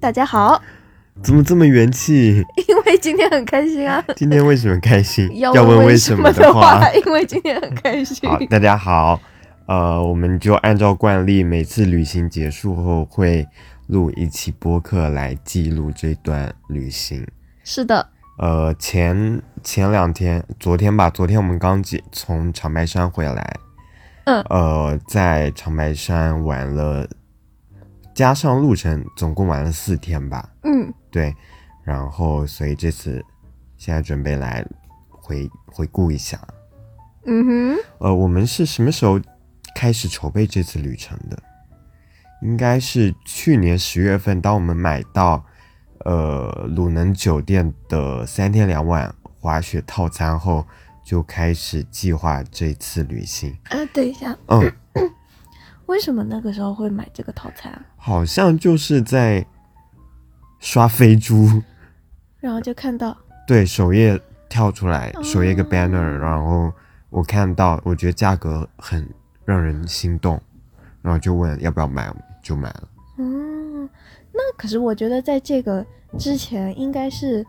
大家好， 怎么这么元气？因为今天很开心 啊。？今天为什么开心要问为什么的话， 因为今天很开心。好，大家好，呃，我们就按照惯例，每次旅行结束后会录一期播客来记录这段旅行。 是的，呃，前前两天，昨天吧，昨天我们刚结从长白山回来，嗯呃，在长白山玩了，加上路程，总共玩了四天吧。嗯，对，然后所以这次现在准备来回回顾一下，嗯哼，呃，我们是什么时候开始筹备这次旅程的？应该是去年十月份，当我们买到呃鲁能酒店的三天两晚滑雪套餐后，就开始计划这次旅行。呃，等一下，嗯，为什么那个时候会买这个套餐啊？好像就是在刷飞猪。然后就看到，对，首页跳出来，首页一个哦 banner，、然后我看到，我觉得价格很让人心动，然后就问要不要买，就买了。嗯，那可是我觉得在这个之前应该是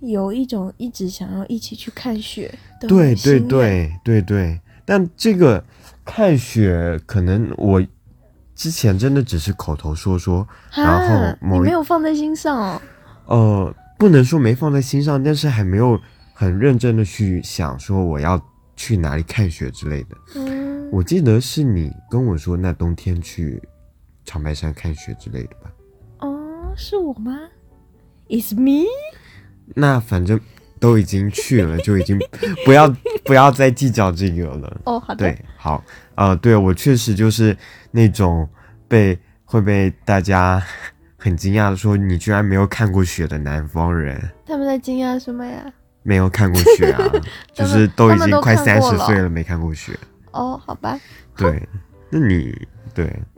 有一种一直想要一起去看雪的对心对愿，对对对，但这个看雪，可能我之前真的只是口头说说，然后哈，啊你某一没有放在心上哦。呃，不能说没放在心上，但是还没有很认真的去想说我要去哪里看雪之类的。嗯，我记得是你跟我说，那冬天去长白山看雪之类的吧？哦，是我吗？Is me？那反正都已经去了，就已经不要 不要再计较这个了。哦，好的。对，好，呃，对我确实就是那种被会被大家很惊讶的说你居然没有看过雪的南方人，他们在惊讶什么呀？没有看过 雪啊，他就们是都他已们经都快看三过十了岁了没看过雪。哦，好吧，对，那你对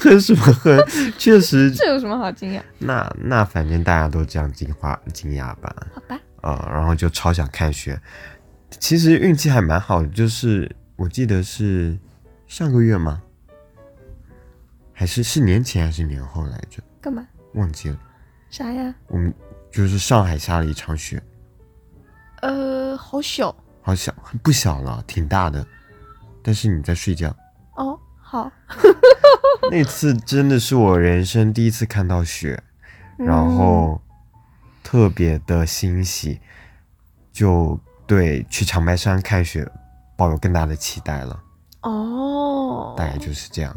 哼什么哼？ 确实这有什么好惊讶？那那反正大家都这样惊花惊讶吧，好吧，呃，然后就超想看雪。其实运气还蛮好的，就是我记得是上个月吗？还是是年前还是年后来着？干嘛？忘记了。啥呀？我们就是上海下了一场雪，呃，好小好小不小了，挺大的。但是你在睡觉， 哦，好。那次真的是我人生第一次看到雪。嗯然后特别的欣喜，就对去长白山看雪抱有更大的期待了，嗯哦，大概就是这样。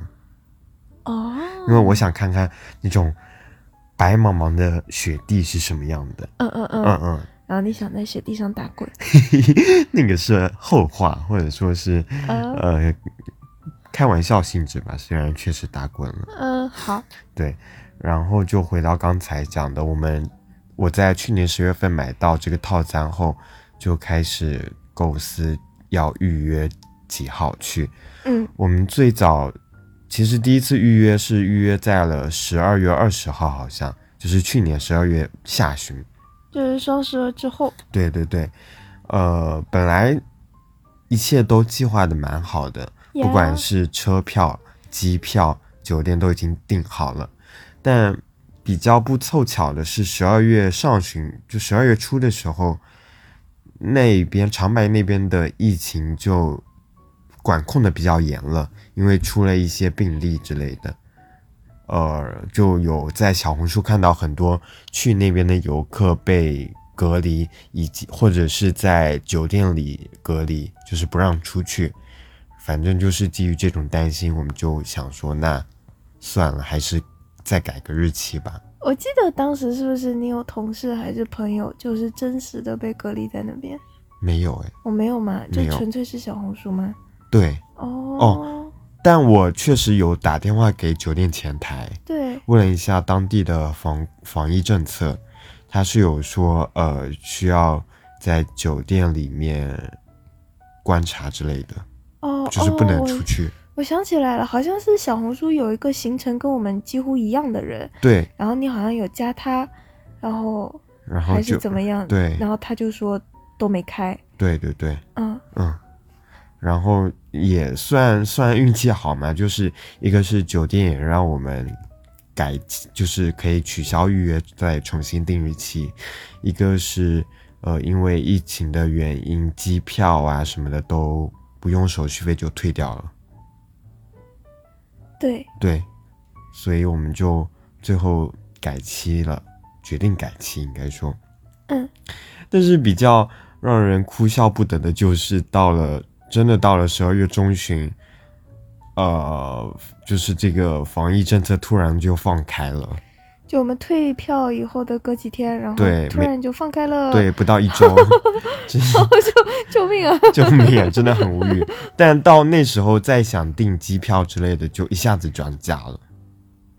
哦，因为我想看看那种白茫茫的雪地是什么样的。嗯嗯嗯，嗯嗯， 然后你想在雪地上打滚，那个是后话，或者说是呃呃开玩笑性质吧，虽然确实打滚了。嗯、好，对，然后就回到刚才讲的，我们我在去年十月份买到这个套餐后，就开始构思要预约几号去。嗯我们最早其实第一次预约是预约在了十二月二十号，好像就是去年十二月下旬。就是双十二之后，对对对，呃，本来一切都计划的蛮好的，呀不管是车票、机票、酒店都已经订好了，但比较不凑巧的是，十二月上旬就十二月初的时候，那边长白那边的疫情就管控的比较严了，因为出了一些病例之类的。呃，就有在小红书看到很多去那边的游客被隔离，以及或者是在酒店里隔离，就是不让出去。反正就是基于这种担心，我们就想说，那算了，还是再改个日期吧。我记得当时是不是你有同事还是朋友，就是真实的被隔离在那边？没有哎，我没有嘛，就没有纯粹是小红书吗？对，哦哦，但我确实有打电话给酒店前台，对，问了一下当地的防防疫政策，他是有说，呃，需要在酒店里面观察之类的，哦，就是不哦能我出去。我想起来了，好像是小红书有一个行程跟我们几乎一样的人，对，然后你好像有加他，然后然后还就是怎么样？对然后他就说都没开，对对对，嗯嗯，然后也算算运气好嘛，就是一个是酒店也让我们改，就是可以取消预约，再重新定日期。一个是呃，因为疫情的原因，机票啊什么的都不用手续费就退掉了。对，对，所以我们就最后改期了，决定改期应该说。嗯，但是比较让人哭笑不得的就是，到了真的到了十二月中旬，呃，就是这个防疫政策突然就放开了，就我们退票以后的隔几天，然后对突没然就放开了，对，不到一周，真是救命啊！ 救命啊，真的很无语。但到那时候再想订机票之类的，就一下子涨价了。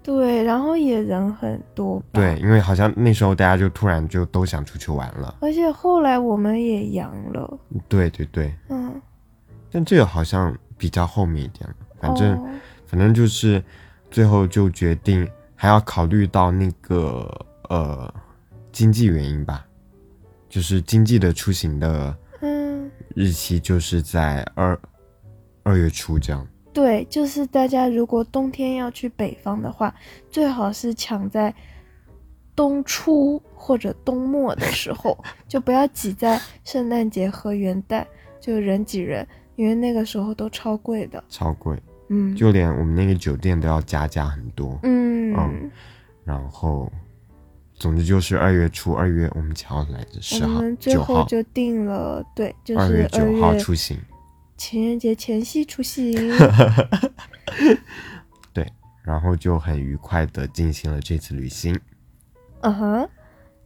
对，然后也人很多，对，，因为好像那时候大家就突然就都想出去玩了。而且后来我们也阳了，对对对，嗯，但这个好像比较后面一点了。反正、哦、反正就是最后就决定还要考虑到那个呃经济原因吧，就是经济的出行的嗯，日期就是在二二月初这样。对，就是大家如果冬天要去北方的话，最好是抢在冬初或者冬末的时候，就不要挤在圣诞节和元旦，就人挤人，因为那个时候都超贵的。超贵，嗯，就连我们那个酒店都要加价很多。嗯，嗯然后，总之就是二月初，二月我们几号来着？十我号、们最九后号，就定了，对，就二是月二九号出行。情人节前夕出行。 然后就很愉快的进行了这次旅行。嗯哼，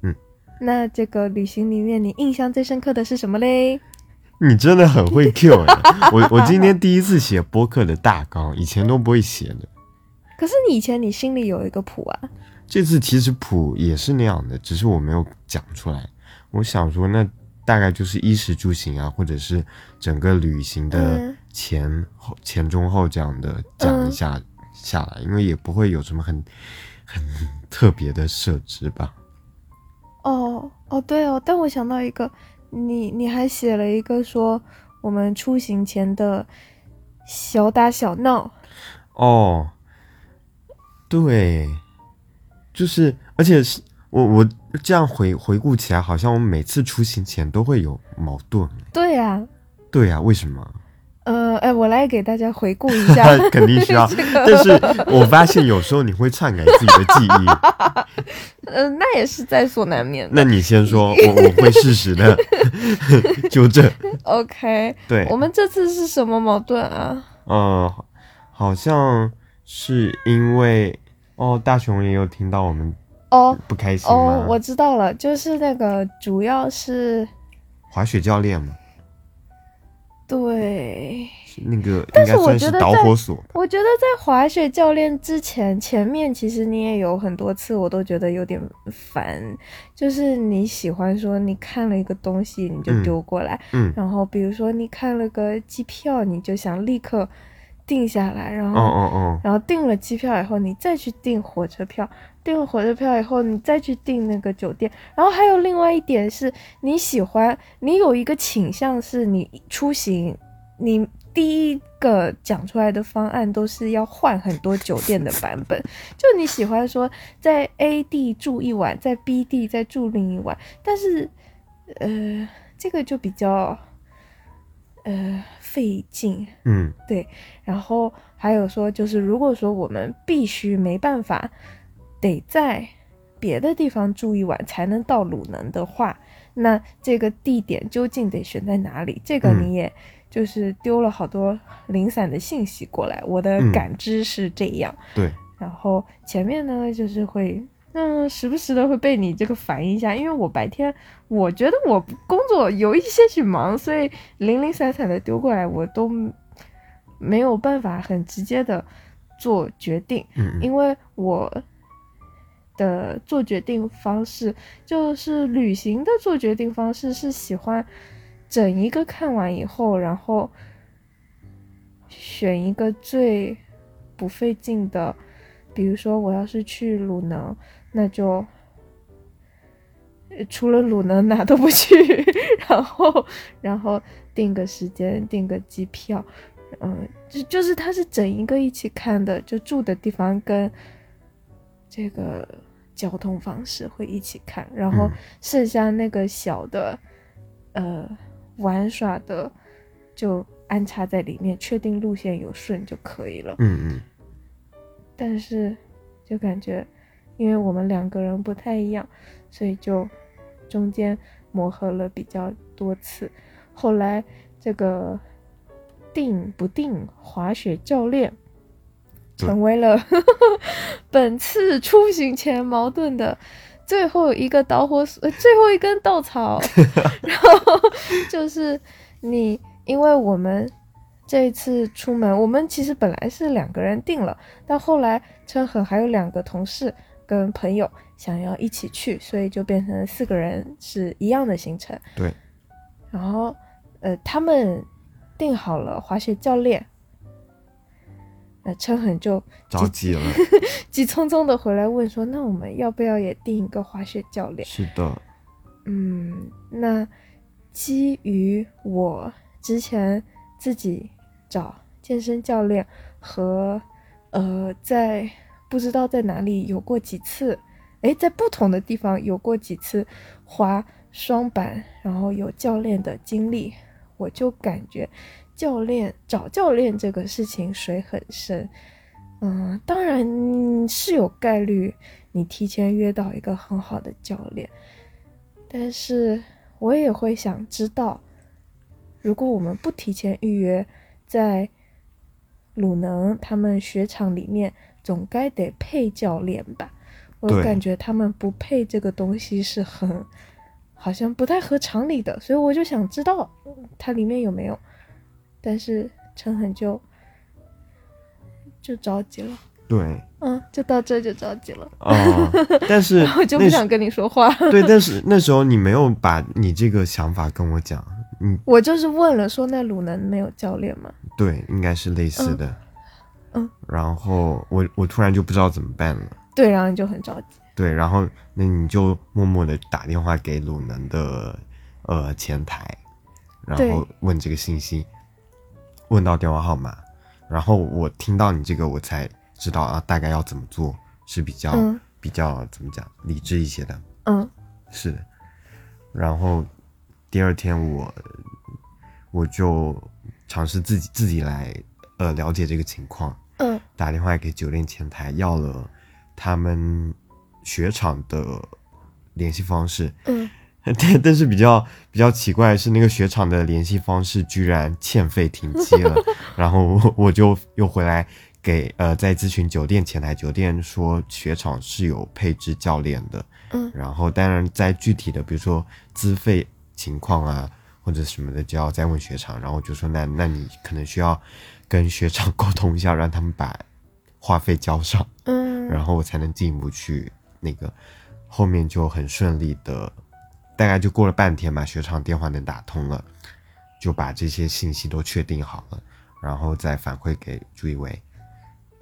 嗯， 那这个旅行里面你印象最深刻的是什么嘞？你真的很会 Q 哎、 我我今天第一次写播客的大纲，以前都不会写的。可是你以前你心里有一个谱啊，这次其实谱也是那样的，只是我没有讲出来。我想说，那大概就是衣食住行啊，或者是整个旅行的嗯前后、前中后这样的讲一下、下来，因为也不会有什么很很特别的设置吧。哦哦对哦，但我想到一个，你你还写了一个说我们出行前的小打小闹，哦，对，就是，而且是我我这样回回顾起来，好像我每次出行前都会有矛盾。对啊，对呀、为什么？，呃哎，我来给大家回顾一下 肯定 需要。但是我发现有时候你会篡改自己的记忆。 呃，那也是在所难免的。那你先说，我我会适 时的纠正。 OK，对，我们这次是什么矛盾啊？嗯，好好像是因为哦，大熊也有听到我们哦、不开心哦吗？，我知道了，就是那个主要是滑雪教练嘛，对，是那个应但是该我算觉是得导在火索。我觉得在滑雪教练之前，前面其实你也有很多次，我都觉得有点烦，就是你喜欢说你看了一个东西你就嗯丢过来，嗯然后比如说你看了个机票，你就想立刻定下来，然哦后、哦然后订了机票以后，你再去订火车票，订了火车票以后，你再去订那个酒店。然后还有另外一点是，你喜欢，你有一个倾向是，你出行，你第一个讲出来的方案都是要换很多酒店的版本。就你喜欢说，在 A 地住一晚，在 B 地再住另一晚，但是，呃，这个就比较，呃，费劲。哦，嗯然后还有说，就是如果说我们必须没办法，得在别的地方住一晚才能到鲁能的话，那这个地点究竟得选在哪里？这个嗯你也就是丢了好多零散的信息过来，我的嗯感知是这样。对，然后前面呢，就是会。嗯，时不时的会被你这个烦一下，因为我白天我觉得我工作有一些许忙，所以零零散散的丢过来，我都没有办法很直接的做决定，嗯嗯因为我的做决定方式就是旅行的做决定方式是喜欢整一个看完以后，然后选一个最不费劲的，比如说我要是去鲁能，那就。呃除了鲁能哪都不去，然后，然后定个时间，定个机票，嗯，就就是它是整一个一起看的，就住的地方跟这个交通方式会一起看，然后剩下那个小的，呃，玩耍的就安插在里面，确定路线有顺就可以了。嗯嗯，但是就感觉，因为我们两个人不太一样，所以就中间磨合了比较多次。后来这个定不定滑雪教练，对成为了 本次出行前矛盾的。最后一个导火索，呃最后一根稻草，然后就是你，因为我们这一次出门，我们其实本来是两个人定了，但后来陈恒还有两个同事跟朋友想要一起去，所以就变成四个人是一样的行程。对。然后，呃，他们定好了滑雪教练，呃，陈恒就着急了。急匆匆的回来问说：“那我们要不要也定一个滑雪教练？”是的，嗯，那基于我之前自己找健身教练和呃，在不知道在哪里有过几次，诶，在不同的地方有过几次滑双板，然后有教练的经历，我就感觉教练找教练这个事情水很深。嗯，当然嗯是有概率，你提前约到一个很好的教练，但是我也会想知道，如果我们不提前预约，在鲁能他们雪场里面，总该得配教练吧？我对感觉他们不配这个东西是很，好像不太合常理的，所以我就想知道嗯它里面有没有。但是陈恒就就着急了，对嗯，就到这就着急了，啊、但是 我就不那时想跟你说话。对，但是那时候你没有把你这个想法跟我讲，嗯， 我就是问了，说那鲁能没有教练吗？对，应该是类似的，嗯然后我我突然就不知道怎么办了，对，然后你就很着急。对，然后那你就默默的打电话给鲁能的呃前台，然对后问这个信息，问到电话号码，然后我听到你这个我才知道啊，大概要怎么做是比较、嗯比较怎么讲理智一些的，嗯是的，然后第二天我我就尝试自己自己来呃了解这个情况，嗯打电话给酒店前台要了他们雪场的联系方式，嗯， 但但是比较比较奇怪的是那个雪场的联系方式居然欠费停机了，然后我我就又回来给呃在咨询酒店前台，酒店说雪场是有配置教练的，嗯然后当然在具体的比如说资费情况啊或者什么的，就要再问雪场，然后我就说那那你可能需要跟雪场 沟通一下，让他们把话费交上。嗯然后我才能进一步去那个，后面就很顺利的，大概就过了半天吧，雪场电话能打通了，就把这些信息都确定好了，然后再反馈给朱一伟，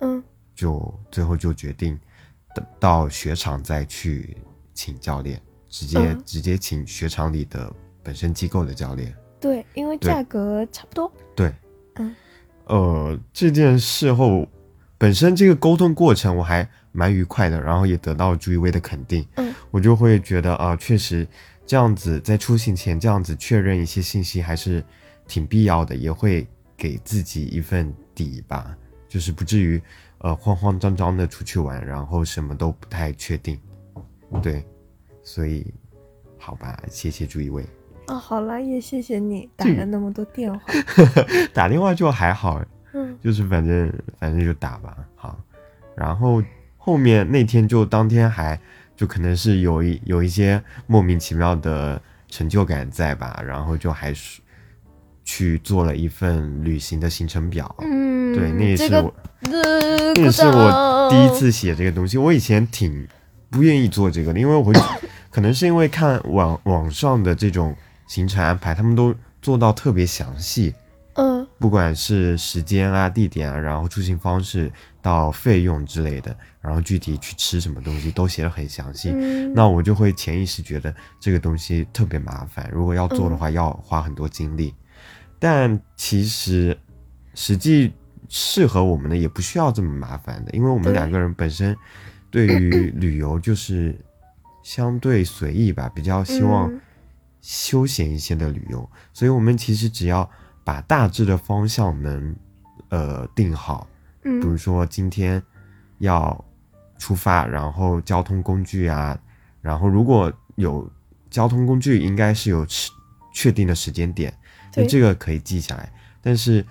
嗯就最后就决定等到雪场再去请教练，直接、嗯直接请雪场里的本身机构的教练。对，因为对价格差不多。对，嗯，呃，这件事后本身这个沟通过程我还蛮愉快的，然后也得到朱一威的肯定，嗯，我就会觉得啊、确实这样子在出行前这样子确认一些信息还是挺必要的，也会给自己一份底吧，就是不至于呃慌慌张张的出去玩，然后什么都不太确定，对，所以好吧，谢谢朱一威。 哦，好啦，也谢谢你打这了那么多电 话。打电话就还好，嗯就是反正反正就打吧，好。然后后面那天就当天还就可能是有一有一些莫名其妙的成就感在吧，然后就还是去做了一份旅行的行程表。嗯， 对，那也这是个我、呃，那也鼓是我掌第一。次写这个东西。我以前挺不愿意做这个的，因为我 可能是因为看网网上的这种行程安排，他们都做到特别详细，嗯不管是时间啊、地点啊，然后出行方式到费用之类的，然后具体去吃什么东西都写的很详细。嗯，那我就会潜意识觉得这个东西特别麻烦，如果要嗯做的话，要花很多精力。但其实实际适合我们的也不需要这么麻烦的，因为我们对两个人本身对于旅游就是相对随意吧，比较希望嗯休闲一些的旅游。所以我们其实只要把大致的方向能呃定好，比嗯如说今天要出发，然后交通工具啊，然后如果有交通工具，应该是有时确定的时间点，那对这个可以记下来。但是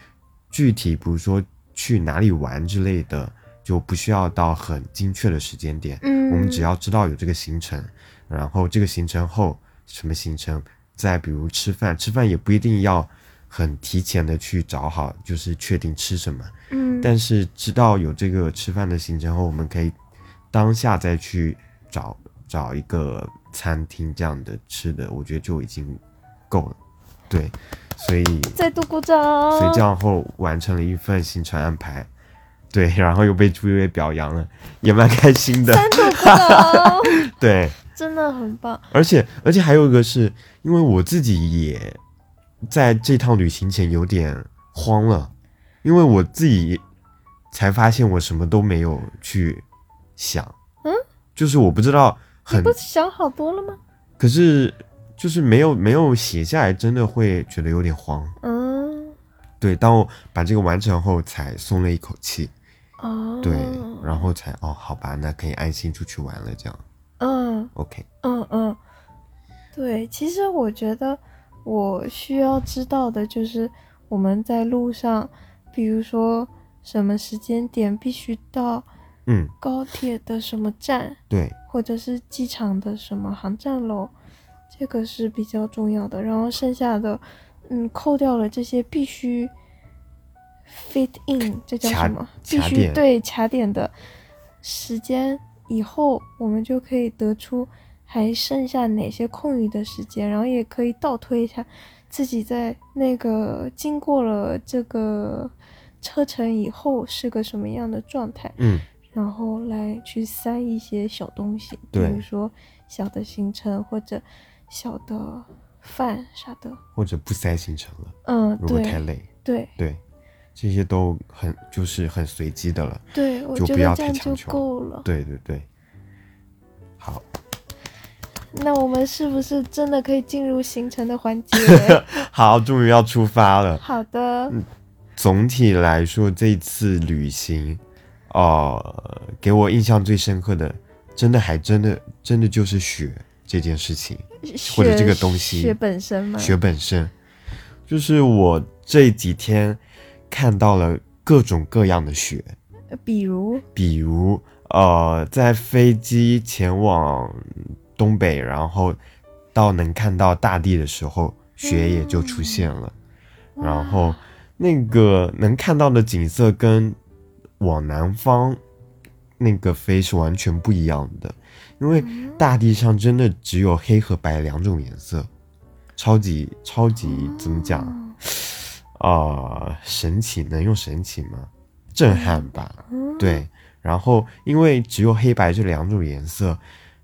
具体比如说去哪里玩之类的，就不需要到很精确的时间点，嗯，我们只要知道有这个行程，然后这个行程后什么行程，再比如吃饭，吃饭也不一定要很提前的去找好，就是确定吃什么。嗯，但是知道有这个吃饭的行程后，我们可以当下再去找找一个餐厅这样的吃的，我觉得就已经够了。对，所以再度鼓 掌，所以这样后完成了一份行程安排，对，然后又被朱月表扬了，也蛮开心的。三度鼓 掌，对，真的很棒。而且而且还有一个是因为我自己也在这趟旅行前有点慌了，因为我自己才发现我什么都没有去想，嗯，就是我不知道你很不，是想好多了吗？可是就是没有没有写下来，真的会觉得有点慌。嗯，对，当我把这个完成后，才松了一口气。哦，对，然后才哦，好吧，那可以安心出去玩了。这样嗯。 ，OK，嗯嗯，对，其实我觉得我需要知道的就是我们在路上，比如说什么时间点必须到嗯，高铁的什么站，对，或者是机场的什么航站楼，这个是比较重要的。然后剩下的，嗯，扣掉了这些必须 fit in，这叫卡什么？必卡须点对卡点的时间以后，我们就可以得出还剩下哪些空余的时间，然后也可以倒推一下自己在那个经过了这个车程以后是个什么样的状态。嗯，然后来去塞一些小东西，比对如说小的行程或者小的饭啥的。或者不塞行程了，嗯，如果太对累，对对，这些都很就是很随机的了。对，我就觉不得要这太样强就求够了。对对对，好，那我们是不是真的可以进入行程的环 节？ 好，终于要出发了。好的，嗯总体来说，这次旅行，呃，给我印象最深刻的，真的还真的真的就是雪这件事情。雪或者这个东西雪本身嘛，雪本身，就是我这几天看到了各种各样的雪，比如比如呃，在飞机前往东北，然后到能看到大地的时候，雪也就出现了。然后那个能看到的景色跟往南方那个飞是完全不一样的，因为大地上真的只有黑和白两种颜色，超级超级怎么讲啊、呃神奇能用神奇吗？震撼吧，嗯对，然后因为只有黑白这两种颜色，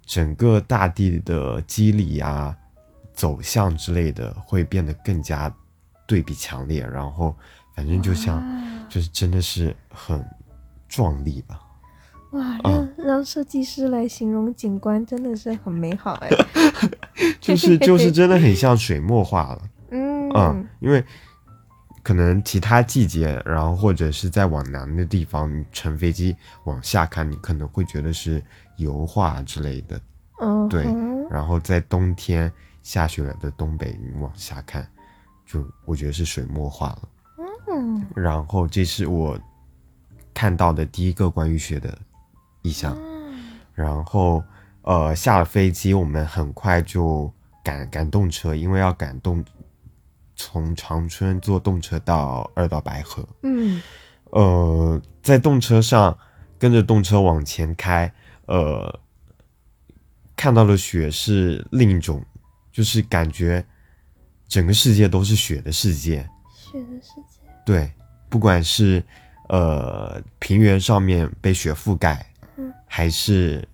整个大地的肌理啊、走向之类的会变得更加对比强烈。然后，反正就像啊就是真的是很壮丽吧。哇，让、嗯让设计师来形容景观真的是很美好哎。啊就是就是真的很像水墨画了，嗯嗯，因为可能其他季节，然后或者是在往南的地方，你乘飞机往下看，你可能会觉得是油画之类的，嗯，对哼然后在冬天下雪了的东北，你往下看，就我觉得是水墨画了。嗯。然后这是我看到的第一个关于雪的意象。然后呃，下了飞机，我们很快就赶赶动车，因为要赶动从长春坐动车到二道白河。嗯呃，在动车上跟着动车往前开，呃，看到的雪是另一种，就是感觉整个世界都是雪的世界。，雪的世界，对，不管是呃平原上面被雪覆盖，嗯还是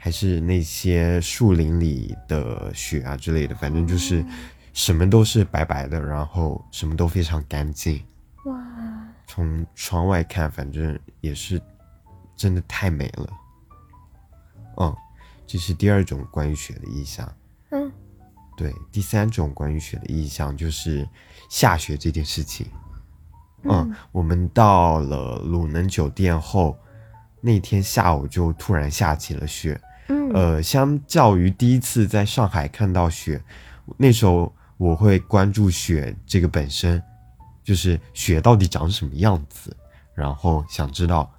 还是那些树林里的雪啊之类的，反正就是什么都是白白的，然后什么都非常干净。哇，从窗外看，反正也是真的太美了。嗯，这是第二种关于雪的意象。嗯，对，第三种关于雪的意象就是下雪这件事情。嗯，我们到了鲁能酒店后，那天下午就突然下起了雪。嗯呃，相较于第一次在上海看到雪，那时候我会关注雪这个本身，就是雪到底长什么样子，然后想知道，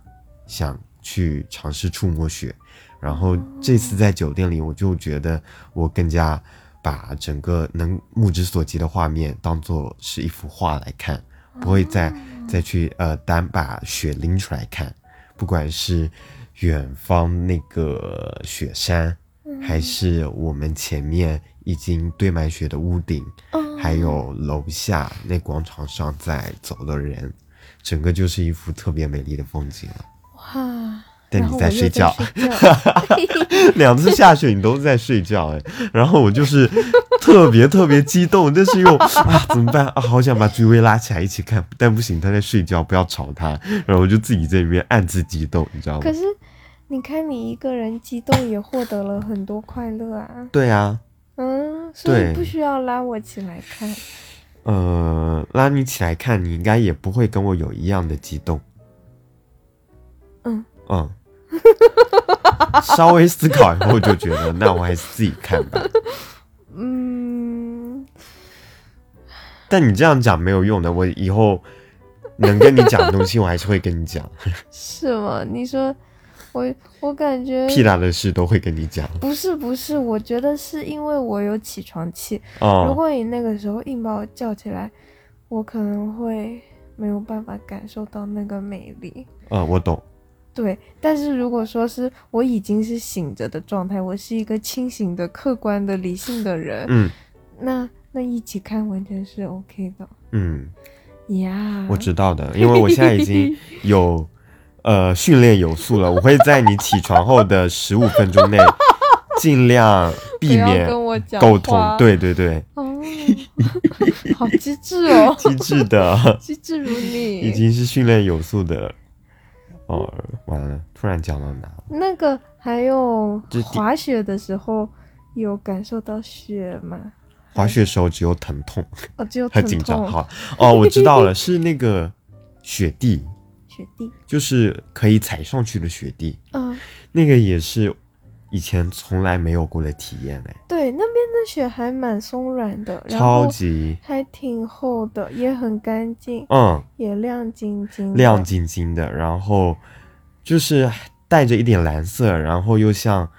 想去尝试触摸雪。然后这次在酒店里，我就觉得我更加把整个能目之所及的画面当做是一幅画来看，不会再再去呃单把雪拎出来看，不管是远方那个雪山，嗯还是我们前面已经堆满雪的屋顶，嗯还有楼下那广场上在走的人，整个就是一幅特别美丽的风景了。哇，但然你后在我又睡觉睡觉 两次下雪你都在睡觉哎，然后我就是特别特别激动，但是又啊怎么办啊？好想把朱薇拉起来一起看，但不行，她在睡觉，不要吵她。然后我就自己在里面暗自激动，你知道吗可？是你看，你一个人激动也获得了很多快乐啊。对啊，嗯，所以对不需要拉我起来看。呃，拉你起来看，你应该也不会跟我有一样的激动。嗯嗯，稍微思考以后就觉得，那我还是自己看 吧。嗯，但你这样讲没有用的，我以后能跟你讲的东西，我还是会跟 你讲。是吗？你说我，我感觉屁大的事都会跟你讲不是不是，我觉得是因为我有起床气。如哦。果你那个时候硬把我叫起来，我可能会没有办法感受到那个美丽。嗯，我懂。对，但是如果说是我已经是醒着的状态，我是一个清醒的、客观的、理性的人，嗯那那一起看完全是 OK 的嗯，呀。我知道的，因为我现在已经有呃训练有素了，我会在你起床后的十五分钟内尽量避不要免跟我讲沟通话。对对对，哦， 好机智哦，机智 的，机智如 已你。经是训练有素的。哦，完了，突然讲到哪？那个还有这第滑雪的时候有感受到雪吗？滑雪的时候只有 疼痛哦，只有和疼紧张。痛。好， 哦，我知道了，是那个雪地，雪地，就是可以踩上去的雪地。嗯、那个也是以前从来没有过的体验哎，对，那边的雪还蛮松软的，然超后级还挺厚的，也很干净，嗯也亮晶晶的。亮晶晶的，然后就是带着一点蓝色，然后又像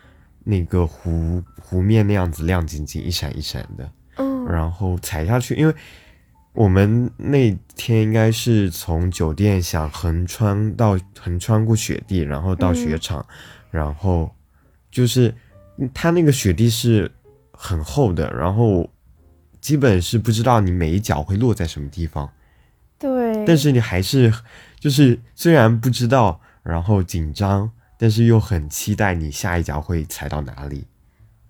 那个湖湖面那样子亮晶晶、一闪一闪的，嗯然后踩下去，因为我们那天应该是从酒店想横穿到横穿过雪地，然后到雪场，然后就是嗯它那个雪地是很厚的，然后基本是不知道你每一脚会落在什么地方，对。但是你还是就是虽然不知道，然后紧张，但是又很期待你下一脚会踩到哪里。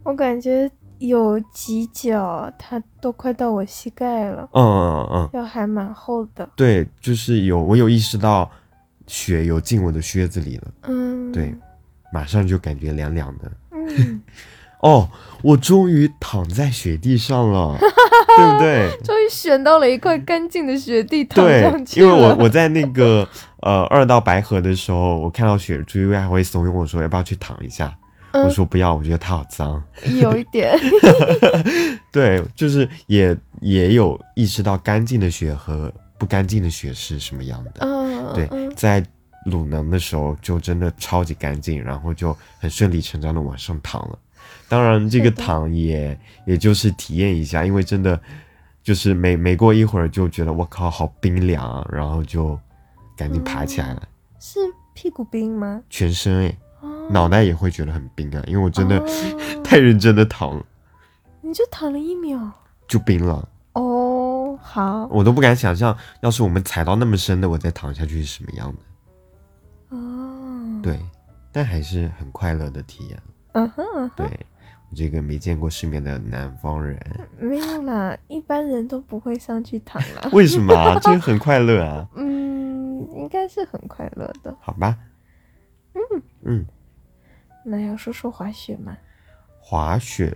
我感觉有几脚它都快到我膝盖了，嗯嗯嗯。嗯要还蛮厚的。对，就是有我有意识到血有进我的靴子里了，嗯，对，马上就感觉凉凉的。嗯，哦，我终于躺在雪地 上了，对不对？终于选到了一块干净的雪 地躺上对，去因为我了我在那个呃二道白河的时候，我看到雪珠，还会怂恿我说要不要去躺一下。我嗯说不要，我觉得它好脏。 有一 点，对，就是也也有意识到干净的雪和不干净的雪是什么样的。嗯， 对嗯，在鲁能的时候就真的超级干净，然后就很顺理成章的往上躺了。当然，这个是的躺也也就是体验一下，因为真的就是没没过一会儿就觉得我靠好冰凉啊，然后就赶紧爬起来嗯了，是屁股冰吗？全身诶，哦，脑袋也会觉得很冰啊，因为我真的、哦太认真的躺了你就躺了一秒。就冰了，哦，好我都不敢想象，要是我们踩到那么深的，我再躺下去是什么样的。哦，对，但还是很快乐的体验。嗯哼嗯哼，对，我这个没见过世面的南方人，没有啦，一般人都不会上去躺 啦。为什么啊？这个很快乐啊，嗯，应该是很快乐的。好吧？嗯那要说说滑雪吗？滑雪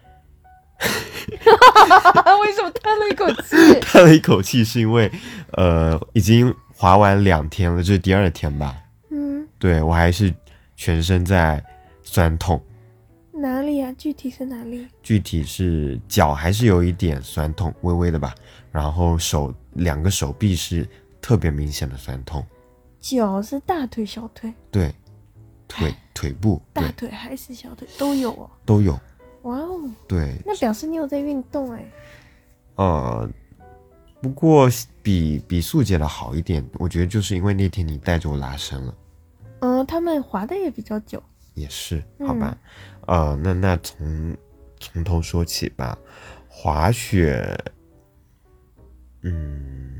为什么叹了一口气？叹了一口气，是因为呃已经滑完两天了，这是第二天吧？ 嗯，对我还是全身在酸痛，哪里啊？具体是哪里？具体是脚还是有一点酸痛，微微的吧，然后手两个手臂是特别明显的酸痛，脚是大腿、小腿，对，腿腿部大对腿还是小腿都有哦。都有，哇哦，对，那表示你有在运动哎。呃，不过比比素姐的好一点，我觉得就是因为那天你带着我拉伸了，嗯，他们滑的也比较久。也是好吧？呃，那那从从头说起吧，滑雪，嗯，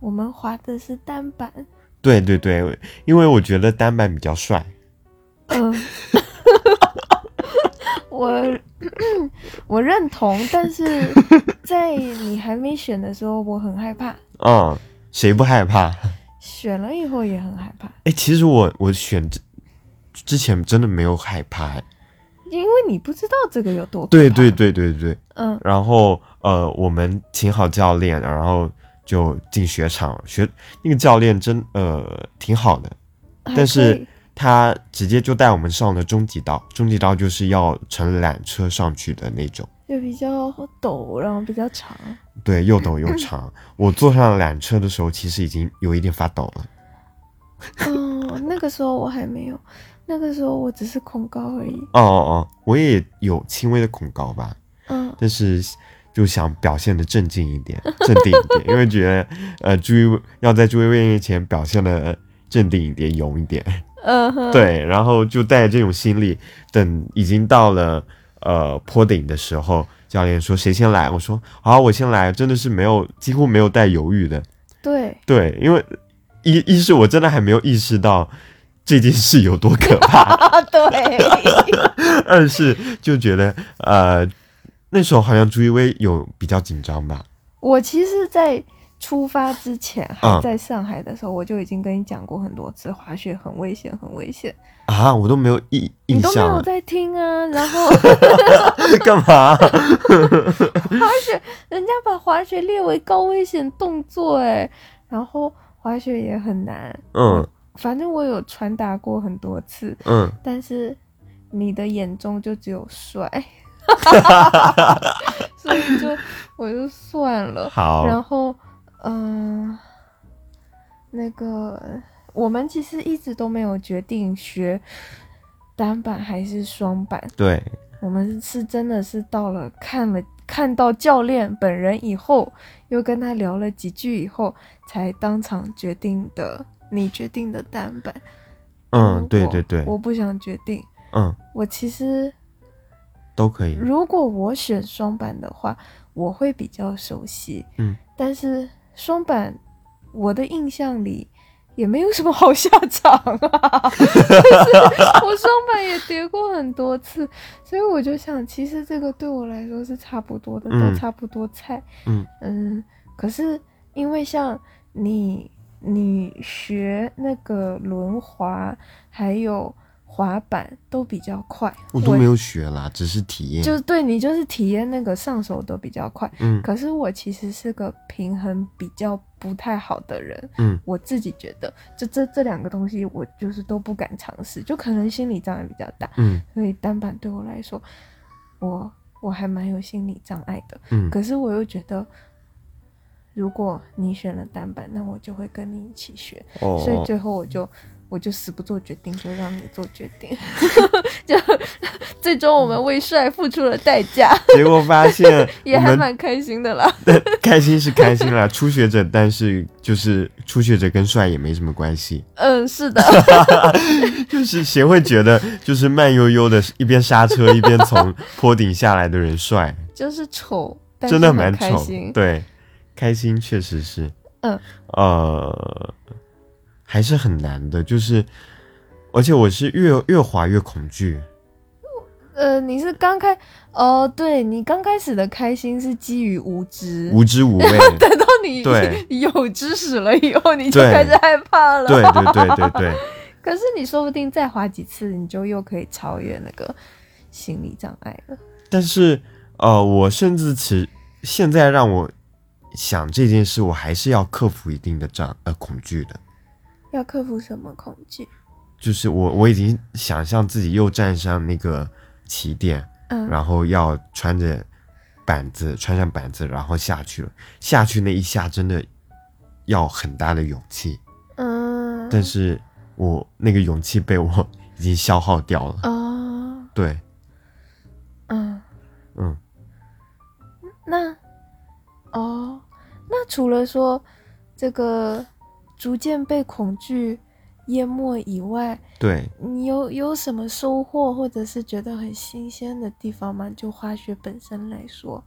我们滑的是单板，对对对，因为我觉得单板比较帅，嗯， 我我认同，但是在你还没选的时候，我很害怕，嗯，谁不害怕？选了以后也很害怕，哎，其实我我选之之前真的没有害怕，诶因为你不知道这个有多可对怕对，对对对，嗯，然后呃，我们请好教练，然后就进雪场了学那个教练真呃挺好的，还但可是以他直接就带我们上了中级道，中级道就是要乘缆车上去的那种，就比较陡，然后比较长，对，又陡又长。我坐上缆车的时候，其实已经有一点发抖了。嗯，那个时候我还没有，那个时候我只是恐高而已，哦哦哦，我也有轻微的恐高吧，嗯，但是就想表现的镇静一点，镇定一点，因为觉得呃追要在追位面前表现的镇定一点、勇一点，嗯哼，，对，然后就带着这种心理，等已经到了呃坡顶的时候，教练说谁先来，我说好，我先来，真的是没有几乎没有带犹豫的， 对，对，因为一一是我真的还没有意识到。这件事有多可 怕？啊，对，二是就觉得，呃，那时候好像朱一威有比较紧张吧？我其实，在出发之前，还嗯在上海的时候，我就已经跟你讲过很多次，滑雪很危险，很危险。啊，我都没有印你印都没象有了，在听 啊，然后干嘛？ 滑雪，人家把滑雪列为高危险动作，哎，然后滑雪也很难。嗯反正我有传达过很多次，嗯，但是你的眼中就只有帅， 所以就我就算 了。然好，后，嗯、那个我们其实一直都没有决定学单板还是双板，对，我们是真的是到了看了看到教练本人以后，又跟他聊了几句以后，才当场决定的。你决定的单板，如嗯，果对对对，我不想决定。嗯，我其实都可以，如果我选双板的话，我会比较熟悉。嗯，但是双板，我的印象里也没有什么好下场 啊。就是我双板也跌过很多次，所以我就想，其实这个对我来说是差不多的，嗯都差不多菜。嗯嗯可是因为像你，你学那个轮滑还有滑板都比较快，我都没有学啦，只是体验，就是对你就是体验那个上手都比较快。嗯可是我其实是个平衡比较不太好的人，嗯我自己觉得，就这这两个东西我就是都不敢尝试，就可能心理障碍比较大，嗯所以单板对我来说，我我还蛮有心理障碍的。嗯，可是我又觉得，如果你选了单板，那我就会跟你一起学，哦所以最后我就我就死不做决定，就让你做决定， 就最终我们为帅付出了代价，结果发现也我还们蛮开心的啦。开心是开心啦， 初学者，但是就是初学者跟帅也没什么关系，嗯，是 的，就是谁会觉得就是慢悠悠的，一边刹车一边从坡顶下来的人帅，就是丑，但真是的很蛮开丑心，。对，开心确实是，嗯，呃，还是很难的，就是，而且我是越越滑越恐惧，呃，你是刚开，哦、对你刚开始的开心是基于无知。无知无 畏， 等到你对有知识了以后，你就对开始害怕了。对对对对对，可是你说不定再滑几次，你就又可以超越那个心理障碍了。但是呃，我甚至其现在让我想这件事，我还是要克服一定的障呃恐惧的。要克服什么恐惧？就是我我已经想象自己又站上那个起点，嗯然后要穿着板子，穿上板子，然后下去了。下去那一下真的要很大的勇气，嗯，但是我那个勇气被我 已经消耗掉了。哦，对，嗯，嗯，那哦，那除了说这个逐渐被恐惧淹没以外，对，你有有什么收获，或者是觉得很新鲜的地方吗？就滑雪本身来说，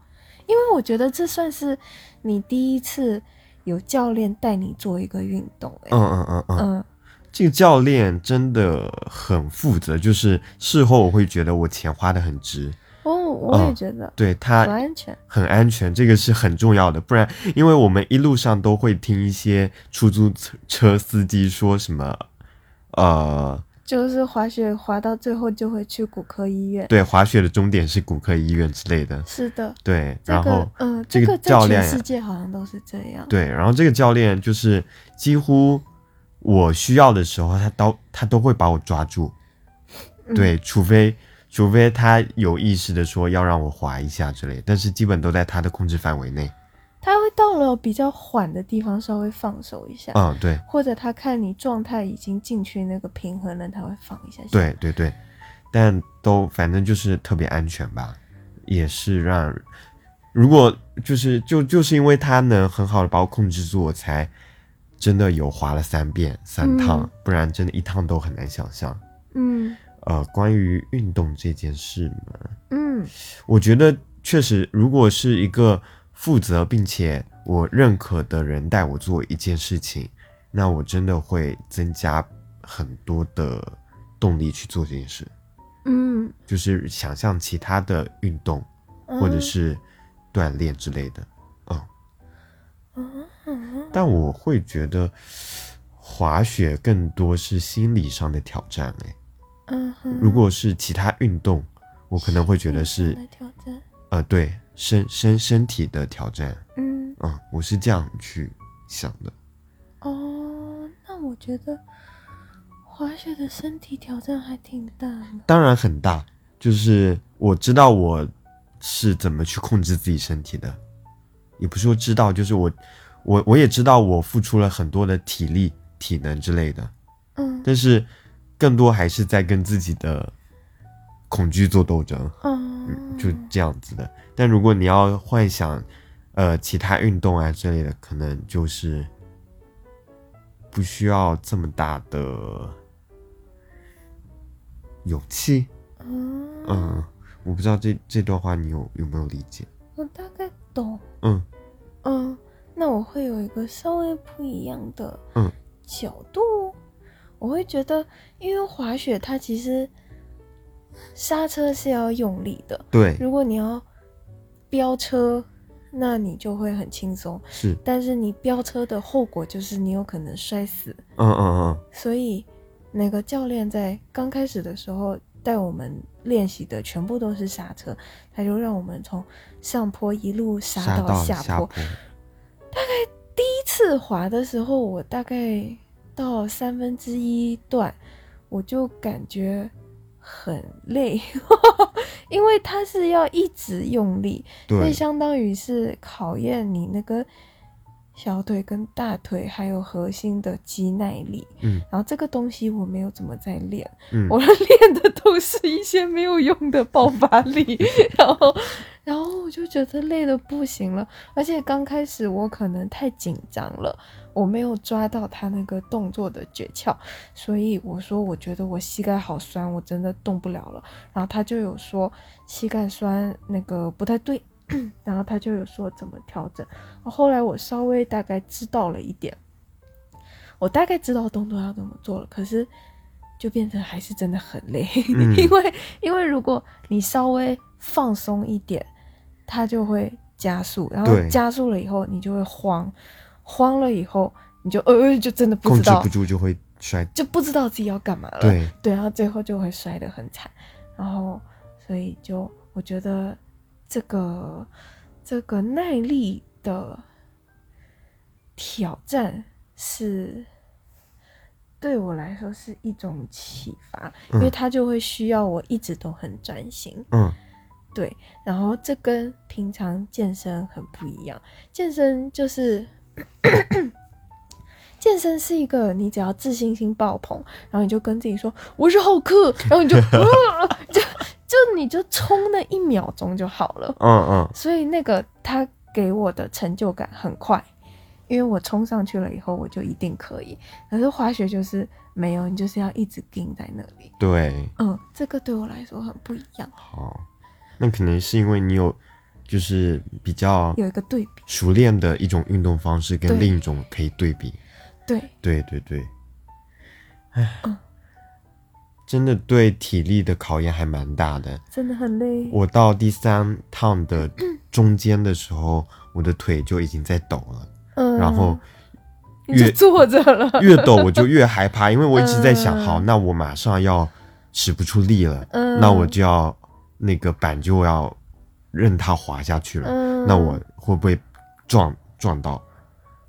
因为我觉得这算是你第一次有教练带你做一个运动、欸，嗯嗯嗯嗯，嗯这个教练真的很负责，就是事后我会觉得我钱花的很值，哦，我也嗯觉得对他很安全，很安全，这个是很重要的。不然，因为我们一路上都会听一些出租车司机说什么，呃，就是滑雪滑到最后就会去骨科医院，对，滑雪的终点是骨科医院之类的。是的，对，这然后个嗯，这这个个在教全练世界好像都是这样，对，然后这个教练就是几乎我需要的时候，他都他都会把我抓住。嗯对，除非除非他有意识的说要让我滑一下之类，但是基本都在他的控制范围内。他会到了比较缓的地方稍微放手一下，嗯，对。或者他看你状态已经进去那个平衡了，他会放一下。，对对对，但都反正就是特别安全吧，也是让，如果就是就就是因为他能很好的把我控制住，我才真的有滑了三遍三趟，嗯不然真的一趟都很难想象。嗯呃，关于运动这件事嘛，嗯我觉得确实，如果是一个负责并且我认可的人带我做一件事情，那我真的会增加很多的动力去做这件事。嗯，就是想象其他的运动或者是锻炼之类的。嗯嗯但我会觉得滑雪更多是心理上的挑战、欸。嗯哼，如果是其他运动，我可能会觉得是嗯挑战，呃，对身身身体的挑战。嗯嗯，我是这样去想的。哦，那我觉得滑雪的身体挑战还挺大的，当然很大，就是我知道我是怎么去控制自己身体的，也不是说知道，就是我，我我也知道我付出了很多的体力、体能之类的，嗯但是更多还是在跟自己的恐惧做斗争，嗯，就这样子的。但如果你要幻想，呃，其他运动啊之类的，可能就是不需要这么大的勇气。嗯，嗯，我不知道这这段话你有有没有理解？我大概懂，嗯嗯，那我会有一个稍微不一样的嗯角度，哦我会觉得，因为滑雪它其实刹车是要用力的，对，如果你要飙车，那你就会很轻松，是，但是你飙车的后果就是你有可能摔死，嗯嗯所以那个教练在刚开始的时候带我们练习的全部都是刹车，他就让我们从上坡一路嗯，刹杀到到下下坡。第一次滑的时候，我大概到三分之一段，我就感觉很累， 因为它是要一直用力，所以对，相当于是考验你那个小腿跟大腿还有核心的肌耐力。嗯然后这个东西我没有怎么在练，嗯，我练的都是一些没有用的爆发力，然后，然后我就觉得累的不行了，而且刚开始我可能太紧张了，我没有抓到他那个动作的诀窍，所以我说我觉得我膝盖好酸，我真的动不了了。然后他就有说膝盖酸那个不太对， 然后他就有说怎么调整。后来我稍微大概知道了一点，我大概知道动作要怎么做了，可是就变成还是真的很累，嗯因为因为如果你稍微放松一点，它就会加速，然后对加速了以后你就会慌，慌了以后你就呃就真的不控知制道不住就会摔，就不知道自己要干嘛了。对，对，然后最后就会摔得很惨，然后所以就我觉得这个这个耐力的挑战是对我来说是一种启发，因为嗯它就会需要我一直都很专心。嗯对，然后这跟平常健身很不一样，健身就是 健身是一个你只要自信心爆棚，然后你就跟自己说我是浩克，然后你就、呃、 就就你就冲那一秒钟就好了。嗯嗯所以那个他给我的成就感很快，因为我冲上去了以后我就一定可以。可是滑雪就是没有，你就是要一直盯在那里。对，嗯，这个对我来说很不一样，好，那可能是因为你有就是比较有一个对比。熟练的一种运动方式对跟另一种可以对比，对，对对对，嗯唉，真的对体力的考验还蛮大的。真的很累。我到第三趟的中间的时 候，我的腿就已经在抖了，嗯，然后你就越坐着了，越抖我就越害怕，因为我一直在想，嗯好，那我马上要使不出力了，嗯那我就要那个板就要任它滑下去了，嗯那我会不会撞撞到，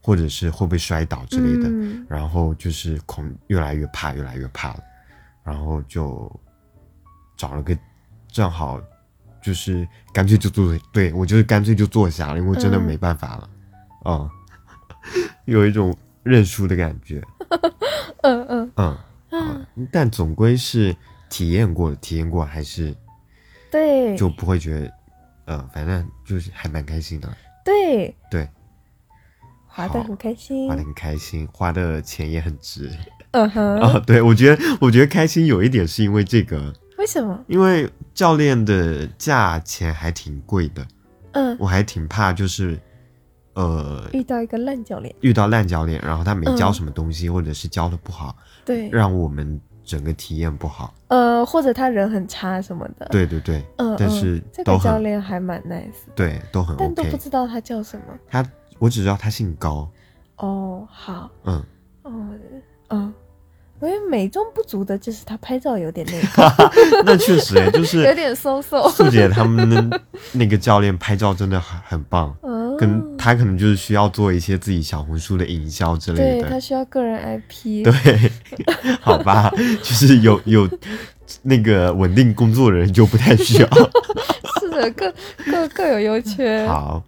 或者是会不会摔倒之类的？嗯然后就是恐越来越怕，越来越怕了，然后就找了个正好就是干脆就坐，对我就是干脆就坐下了，因为我真的嗯没办法了，嗯， 有一种认输的感觉，嗯嗯，嗯，好但总归是体验过，体验过还是对，就不会觉得，呃，反正就是还蛮开心的，对，对，滑得很开心花，的很开心，花的钱也很值 嗯哼，啊、对我觉得，我觉得开心有一点是因为这个。为什么？因为教练的价钱还挺贵的，嗯，我还挺怕就是，呃，遇到一个烂教练，遇到烂教练，然后他没嗯教什么东西，或者是教的不好，对，让我们整个体验不好。呃，或者他人很差什么的，，对对对，嗯，但嗯是这都个很教练还蛮 nice，的对，都很但都不 OK。知道他叫什么。他我只知道他姓高，哦，好，嗯，嗯嗯，因为美中不足的就是他拍照有点那 个，那确实诶就有 是点 so so，素姐他们的那个教练拍照真的很很棒，嗯，跟他可能就是需要做一些自己小红书的营销之类对的。他需要个人 IP，对， 好吧， 就是有有那个稳定工作的人就不太 需要。是的，各各各有优缺。 好，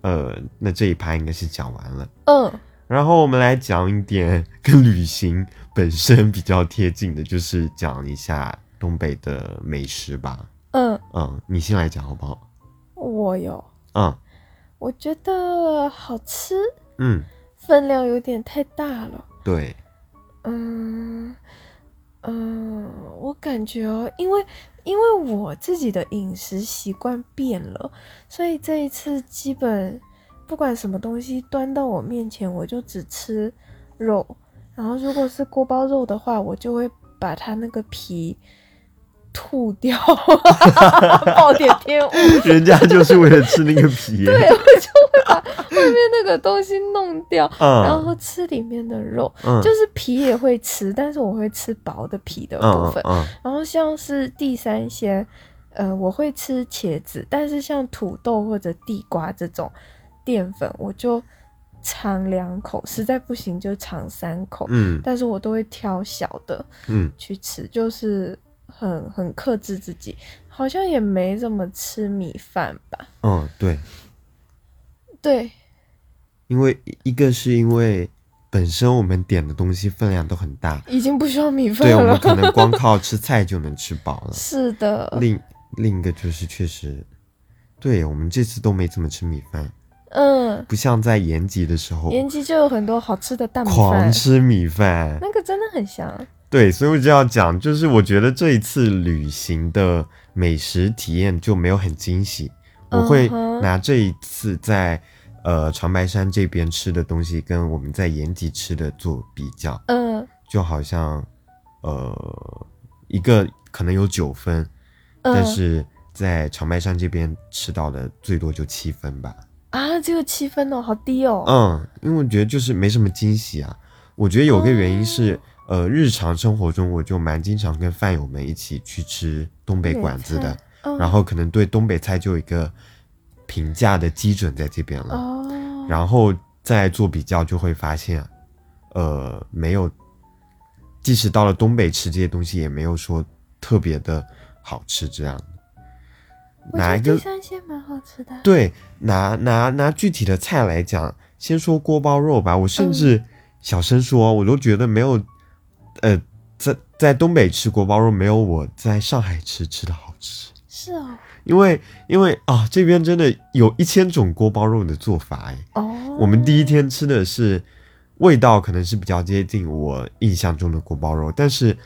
呃，那这一趴应该是讲完了，嗯，然后我们来讲一点跟旅行本身比较贴近的，就是讲一下东北的美食吧。嗯，嗯，你先来讲好不好？我有，嗯我觉得好吃，嗯，分量有点太大了。对， 嗯嗯，我感觉哦，因为因为我自己的饮食习惯变了，所以这一次基本不管什么东西端到我面前，我就只吃肉。然后如果是锅包肉的话，我就会把它那个皮吐掉， 暴殄天物。人家就是为了吃那个皮。 对，我就会把外面那个东西弄掉，然嗯后吃里面的肉。嗯，就是皮也会吃，但是我会吃薄的皮的部嗯分。嗯然后像是地三鲜，呃，我会吃茄子，但是像土豆或者地瓜这种淀粉，我就尝两口，实在不行就尝三口，嗯但是我都会挑小的嗯去吃，就是很很克制自己。好像也没怎么吃米饭吧？嗯，对。对，因为一一个是因为本身我们点的东西分量都很 大，已经不需要米饭对我们了。可能光靠吃菜就能吃饱了。是的，另另一个就是确实，对我们这次都没怎么吃米饭，嗯，不像在延吉的时候延吉就有很多好吃的大米狂饭。吃米饭。那个真的很香。对，所以我就要讲，就是我觉得这一次旅行的美食体验就没有很惊喜。我会嗯哼拿这一次在呃长白山这边吃的东西跟我们在延吉吃的做比较，嗯就好像，呃，一个可能有九分，嗯，但是在长白山这边吃到的最多就七分吧。啊，只有七分哦，好低哦。嗯，因为我觉得就是没什么惊喜啊。我觉得有个原因是哦呃，日常生活中我就蛮经常跟饭友们一起去吃东北馆子的，嗯然后可能对东北菜就有一个评价的基准在这边了。哦，然后再做比较，就会发现，呃，没有，即使到了东北吃这些东西，也没有说特别的好吃这样。我觉哪一得个地三鲜蛮好吃的。对，拿拿拿具体的菜来讲，先说锅包肉吧。我甚至小声说，我都觉得没有，呃，在在东北吃锅包肉没有我在上海吃吃的好吃。是哦，因为因为啊，这边真的有一千种锅包肉的做法哎。哦，我们第一天吃的是味道可能是比较接近我印象中的锅包肉，但是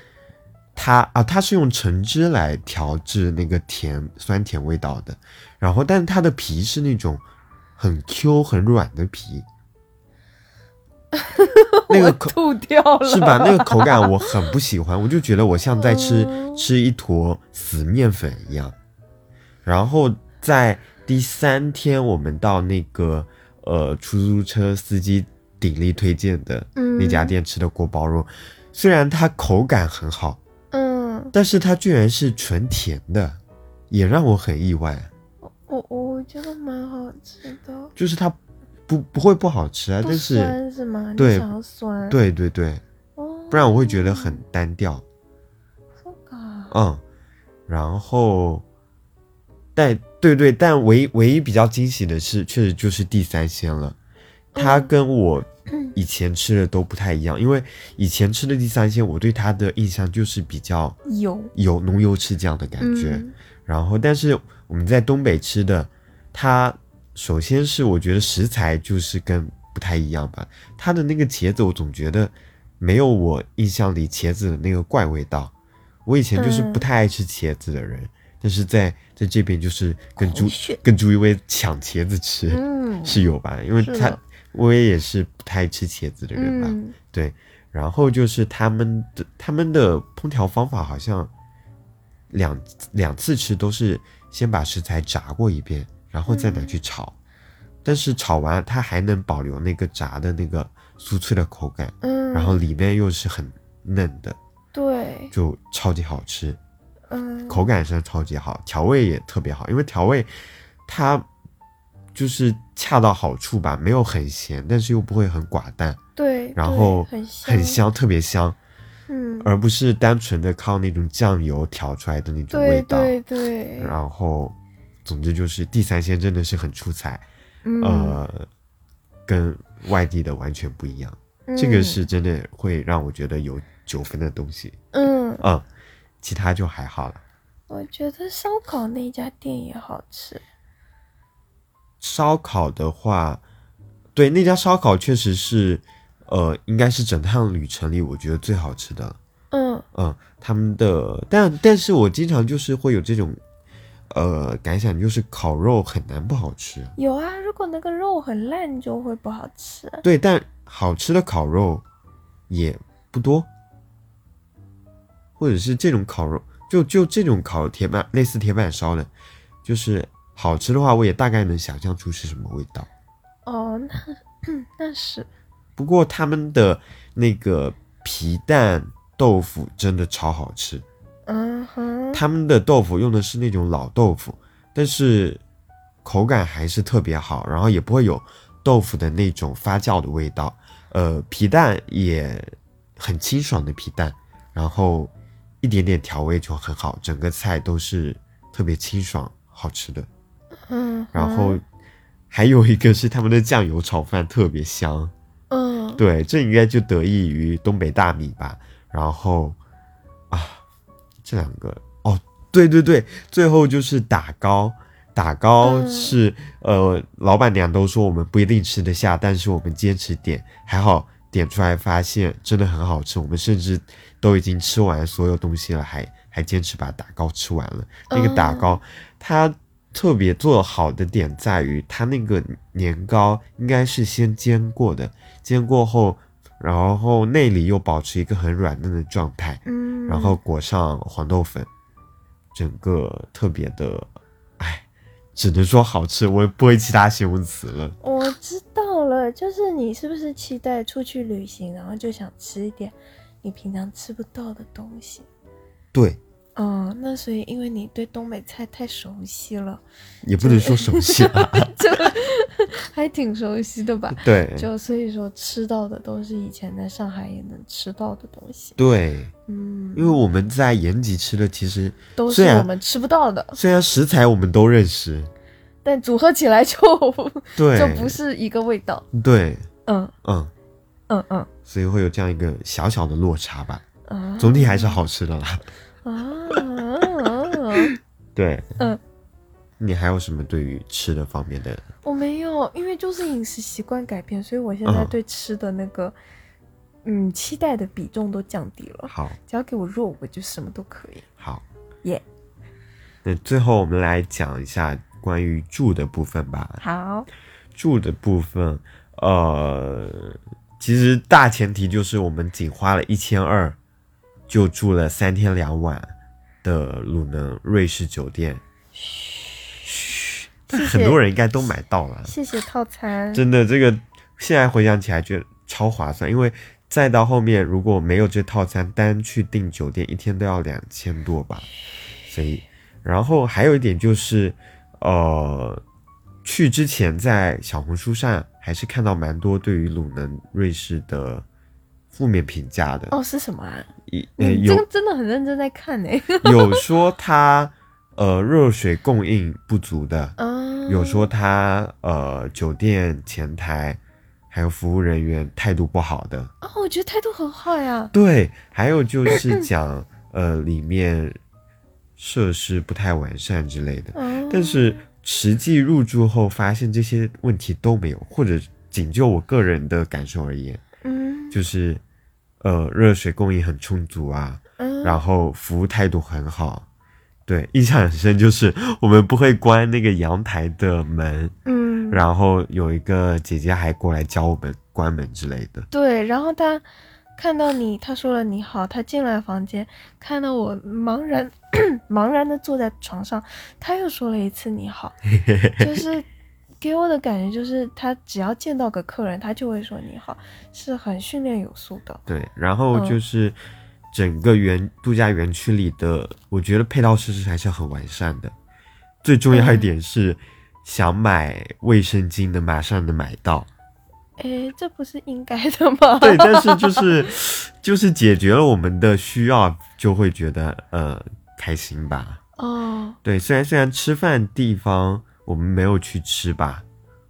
它啊，它是用橙汁来调制那个甜酸甜味道的，然后但是它的皮是那种很 Q 很软的皮，那个我口 吐掉了，是吧？那个口感我很不喜欢，我就觉得我像在吃嗯吃一坨死面粉一样。然后在第三天，我们到那个呃出租车司机鼎力推荐的嗯那家店吃的锅包肉，虽然它口感很好，嗯，但是它居然是纯甜的，也让我很意外。我我觉得蛮好吃的。就是它不不会不好吃啊，不但是酸是吗？你对想要酸，，对对对，哦、不然我会觉得很单调。糟糕啊嗯，然后，但对对，但唯唯一比较惊喜的是，确实就是地三鲜了。它嗯跟我以前吃的都不太一样，因为以前吃的地三鲜，我对它的印象就是比较有有浓油赤酱的感觉。嗯然后，但是我们在东北吃的，它首先是我觉得食材就是跟不太一样吧。它的那个茄子，我总觉得没有我印象里茄子的那个怪味道。我以前就是嗯不太爱吃茄子的人，但是在在这边就是跟狗朱哦血跟朱一威抢茄子吃，嗯是有吧？因为是他的我也是不太爱吃茄子的人吧。嗯，对，然后就是他们的他们的烹调方法好像两两次吃都是先把食材炸过一遍，然后再拿去炒，嗯但是炒完它还能保留那个炸的那个酥脆的口感，嗯，然后里面又是很嫩的，对，就超级好吃，嗯，口感上超级好，调味也特别好，因为调味它就是恰到好处吧，没有很咸，但是又不会很寡淡，对，然对后很很香，特别香。嗯，而不是单纯的靠那种酱油调出来的那种味对道。对对，然后，总之就是地三鲜真的是很出彩，嗯，呃，跟外地的完全不一样。呃嗯这个是真的会让我觉得有九分的东西。嗯，嗯，嗯，其他就还好了。我觉得烧烤那家店也好吃，烧烤的话，对那家烧烤确实是，呃，应该是整趟旅程里我觉得最好吃的了。嗯嗯，他们的，但但是我经常就是会有这种，呃，感想，就是烤肉很难不好吃。有啊，如果那个肉很烂就会不好吃，对，但好吃的烤肉也不多，或者是这种烤肉，就就这种烤铁板，类似铁板烧的，就是好吃的话，我也大概能想象出是什么味道。哦，那 那是，不过他们的那个皮蛋豆腐真的超好吃，嗯哼，他们的豆腐用的是那种老豆腐，但是口感还是特别好，然后也不会有豆腐的那种发酵的味道。呃，皮蛋也很清爽的皮蛋，然后一点点调味就很好，整个菜都是特别清爽好吃的。嗯哼，然后还有一个是他们的酱油炒饭特别香，嗯，对，这应该就得益于东北大米吧。然后啊，这两个哦，对对对，最后就是打糕。打糕嗯是、呃，老板娘都说我们不一定吃得下，但是我们坚持点，还好点出来发现真的很好吃。我们甚至都已经吃完所有东西了，还还坚持把打糕吃完了。那个打糕，它特别做好的点在于，它那个年糕应该是先煎过的，煎过后，然后内里又保持一个很软嫩的状态，嗯，然后裹上黄豆粉，整个特别的，哎，只能说好吃，我也不会其他形容词了。我知道了，就是你是不是期待出去旅行，然后就想吃一点你平常吃不到的东西。对，嗯，那所以因为你对东北菜太熟悉了， 也不能说熟悉吧，就还挺熟悉的吧？ 对就所以说吃到的都是以前在上海也能吃到的东西。对，嗯，因为我们在延吉吃的，其实都是虽然我们吃不到的，虽然食材我们都认识，但组合起来就 对，就不是一个味道。对，嗯嗯，嗯嗯所以会有这样一个小小的落差吧，啊总体还是好吃的啦。啊啊！对，嗯，你还有什么对于吃的方面的？我没有，因为就是饮食习惯改变，所以我现在嗯对吃的那个嗯期待的比重都降低了。好，只要给我肉，我就什么都可以。好，耶、那最后我们来讲一下关于住的部分吧。好，住的部分，呃，其实大前提就是我们仅花了一千二，就住了三天两晚的鲁能瑞士酒店。嘘，但谢很多人应该都买到了，谢谢套餐。真的，这个现在回想起来觉得超划算，因为再到后面如果没有这套餐，单去订酒店一天都要两千多吧，所以，然后还有一点就是，呃，去之前在小红书上还是看到蛮多对于鲁能瑞士的负面评价的，哦，是什么啊？一呃你这个有真的很认真在看呢、有说它呃热水供应不足的， 啊，有说他呃酒店前台还有服务人员态度不好的，哦，我觉得态度很好呀。对，还有就是讲呃里面设施不太完善之类的，哦，但是实际入住后发现这些问题都没有，或者仅就我个人的感受而言，嗯，就是呃热水供应很充足啊，嗯然后服务态度很好。对，印象很深，就是我们不会关那个阳台的门，嗯，然后有一个姐姐还过来教我们关门之类的。对，然后他看到你，他说了你好，他进来房间，看到我茫然 茫然的坐在床上，他又说了一次你 好，就是给我的感觉就是他只要见到个客人，他就会说你好，是很训练有素的。对，然后就是整个园度假园区里的，我觉得配套设施还是很完善的。最重要一点是，想买卫生巾的马上能买到。诶，这不是应该的吗？对，但是就是 就是解决了我们的需要，就会觉得呃开心吧。 哦，对，虽然虽然吃饭地方我们没有去吃吧，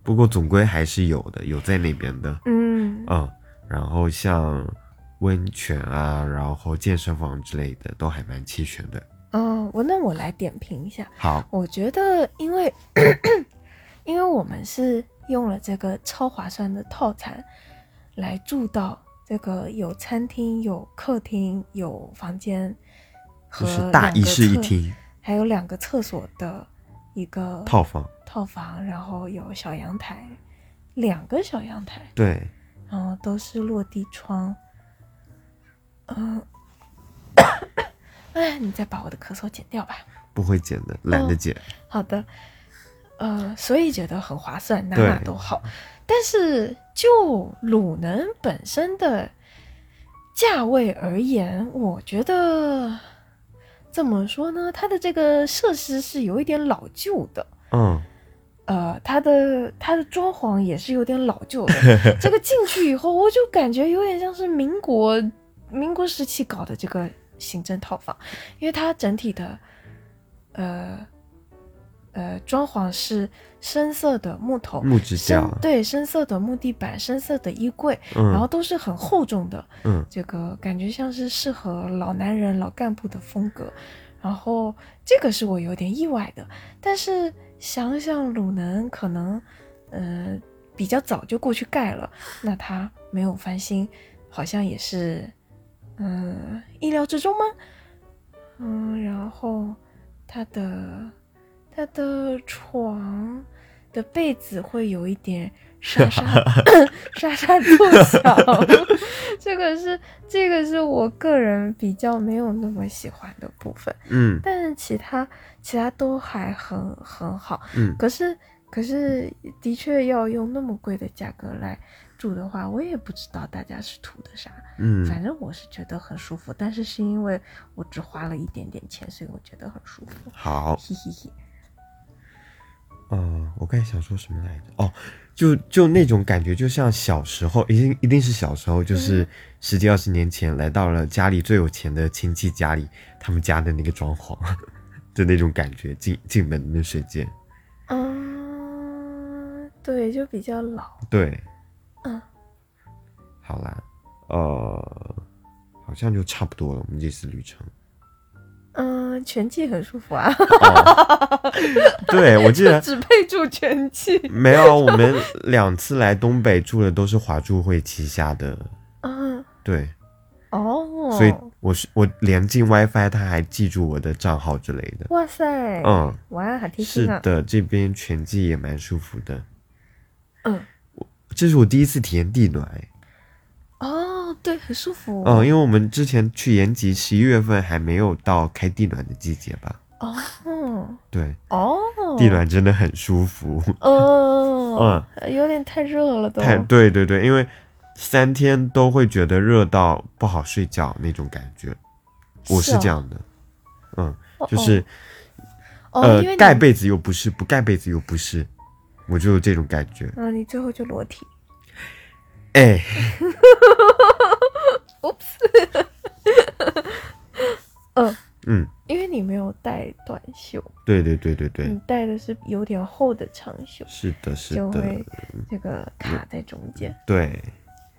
不过总归还是有的，有在那边的。嗯，嗯，然后像温泉啊，然后健身房之类的都还蛮齐全的。哦，我那我来点评一下，好，我觉得，因为因为我们是用了这个超划算的套餐来住到这个有餐厅、有客厅、有房间和就是大一室两一个厕，嗯厅还有两个厕所的一个套房，套房，然后有小阳台，两个小阳台，对，然后都是落地窗。嗯， 哎，你再把我的咳嗽剪掉吧。不会剪的，懒得哦剪。好的，呃，所以觉得很划算，哪对哪都好。但是就鲁能本身的价位而言，我觉得怎么说呢？它的这个设施是有一点老旧的。嗯，呃，它的它的装潢也是有点老旧的。这个进去以后，我就感觉有点像是民国民国时期搞的这个行政套房，因为它整体的呃呃装潢是深色的木头，木质深调，对深色的木地板、深色的衣柜，然后嗯都是很厚重的，嗯，这个感觉像是适合老男人、老干部的风格。然后这个是我有点意外的，但是想想鲁能可能，呃，比较早就过去盖了，那他没有翻新，好像也是，嗯、意料之中吗？嗯，然后他的他的床的被子会有一点沙 沙 沙沙作响， 这个是这个是我个人比较没有那么喜欢的部分，嗯但是其他其他都还很很好。嗯，可是可是的确要用那么贵的价格来住的话，我也不知道大家是图的啥，嗯反正我是觉得很舒服，但是是因为我只花了一点点钱，所以我觉得很舒服，好，嘿嘿嘿。嗯，我刚才想说什么来着？哦，就就那种感觉，就像小时候，一定一定是小时嗯候，就是十几二十年前来到了家里最有钱的亲戚家里，他们家的那个装潢 的那种感觉，进进门的那瞬间， 嗯，对，就比较老。对，嗯，好啦，呃，好像就差不多了，我们这次旅程。 嗯，拳击很舒服啊，哦，对，我记得只配住拳击。没有，我们两次来东北住的都是华住会旗下的，嗯，对，哦，所以我是我连进 WiFi，他还记住我的账号之类的。哇塞，嗯，哇，好贴是心啊。的，这边拳击也蛮舒服的，嗯，这是我第一次体验地暖。哎哦，对，很舒服。嗯，因为我们之前去延吉，十一月份还没有到开地暖的季节吧？哦，对，哦，地暖真的很舒服。哦，嗯，有点太热了都。太对对对，因为三天都会觉得热到不好睡觉那种感觉，我是是啊这样的，哦就是、哦，哦因为呃你盖被子又不是，不盖被子又不是，我就有这种感觉。嗯，你最后就裸体。哎，嗯，嗯，因为你没有带短袖，对对对对对，你带的是有点厚的长袖，是的，是嗯就的嗯会，这个卡在中间。对，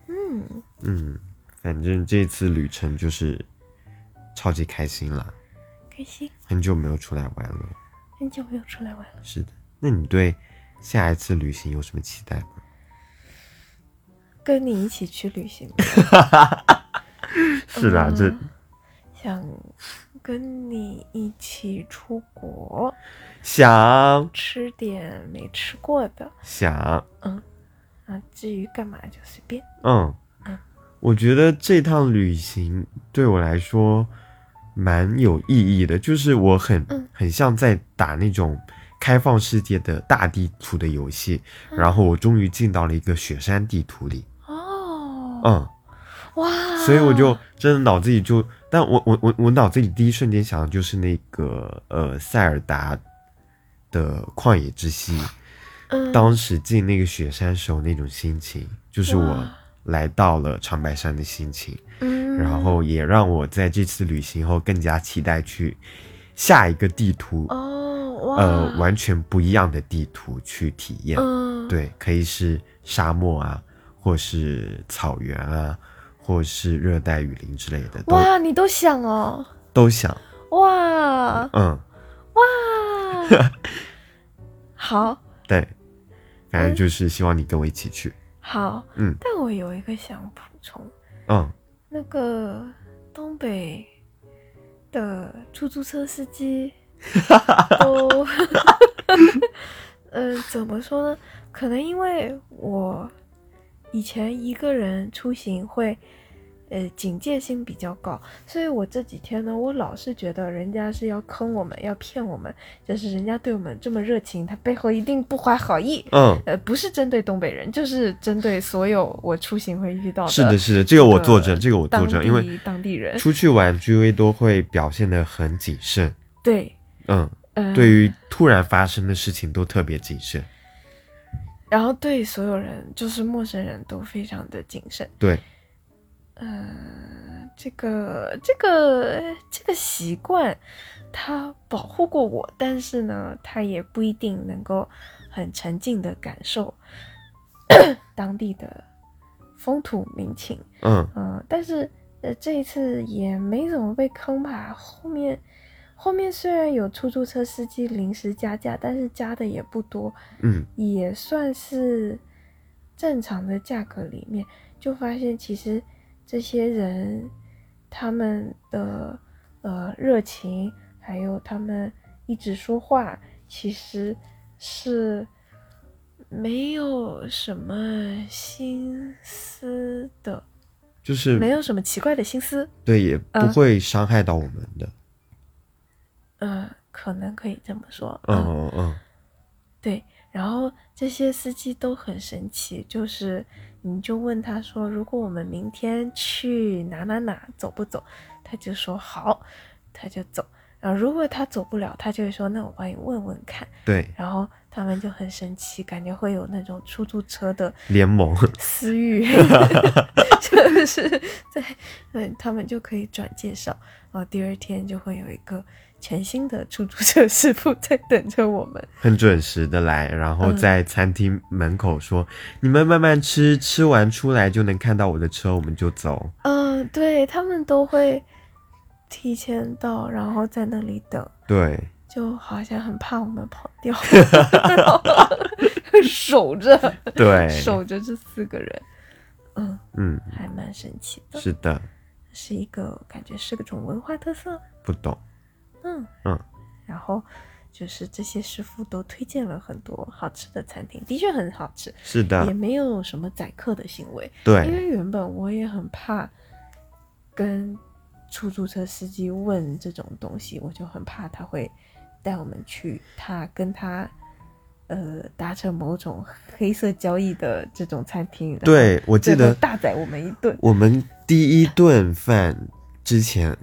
嗯，嗯，反正这次旅程就是超级开心啦，开心，很久没有出来玩了。很久没有出来玩了。是的，那你对下一次旅行有什么期待吗？跟你一起去旅行吧，是啦，嗯这想跟你一起出国，想吃点没吃过的。想，啊，至于干嘛就随便。嗯嗯，我觉得这趟旅行对我来说蛮有意义的，就是我很嗯很像在打那种开放世界的大地图的游戏，嗯然后我终于进到了一个雪山地图里，哦，嗯，哇！所以我就真的脑子里就，但我我我我脑子里第一瞬间想的就是那个呃塞尔达的旷野之息，嗯当时进那个雪山时候那种心情，就是我哇来到了长白山的心情，嗯然后也让我在这次旅行后更加期待去下一个地图，哦哇，呃，完全不一样的地图去体验。嗯，对，可以是沙漠啊，或是草原啊，或是热带雨林之类的，都哇，你都想哦，都想。 哇嗯，哇，好对，反嗯正就是希望你跟我一起去。好，嗯但我有一个想补充，嗯，那个东北的出租车司 机都，嗯、怎么说呢？可能因为我以前一个人出行会，呃，警戒心比较高，所以我这几天呢，我老是觉得人家是要坑我们，要骗我们，就是人家对我们这么热情，他背后一定不怀好意。嗯，呃，不是针对东北人，就是针对所有我出行会遇到是的，是的，这个我作证，这个我当作地证，因为当地 人出去玩，GV 都会表现得很谨慎。对，嗯，嗯，对。于突然发生的事情都特别谨慎。然后对所有人，就是陌生人都非常的谨慎。对，嗯，这个这个这个习惯，它保护过我，但是呢，它也不一定能够很沉浸的感受 当地的风土民情。嗯，嗯，但是呃，这一次也没怎么被坑吧。后面后面虽然有出租车司机临时加价，但是加的也不多，嗯，也算是正常的价格里面，就发现其实这些人他们的呃热情，还有他们一直说话，其实是没有什么心思的，就是没有什么奇怪的心思。对，也不嗯会伤害到我们的。嗯、可能可以这么说。嗯嗯嗯，对，然后这些司机都很神奇，就是你就问他说，如果我们明天去哪哪哪走不走？他就说好，他就走。然后如果他走不了，他就会说那我帮你问问看。对，然后他们就很生气，感觉会有那种出租车的联盟， 私域，就是在嗯，他们就可以转介绍，然后第二天就会有一个全新的出租车师傅在等着我们。很准时的来，然后嗯在餐厅门口说：“你们慢慢吃，吃完出来就能看到我的车，我们就走。嗯，对他们都会提前到，然后在那里等，”对，就好像很怕我们跑掉，守着 对，守着这四个人，嗯，嗯，还蛮神奇的，是的，是一个感觉是个种文化特色。不懂，嗯嗯，然后就是这些师傅都推荐了很多好吃的餐厅，的确很好吃，是也的，没有什么宰客的行为。因对，为原本我也很怕跟出租车司机问这种东西，我就很怕他会带我们去他跟他呃达成某种黑色交易的这种餐厅，然后对我记最后得大宰我们一顿。我们第一顿饭之前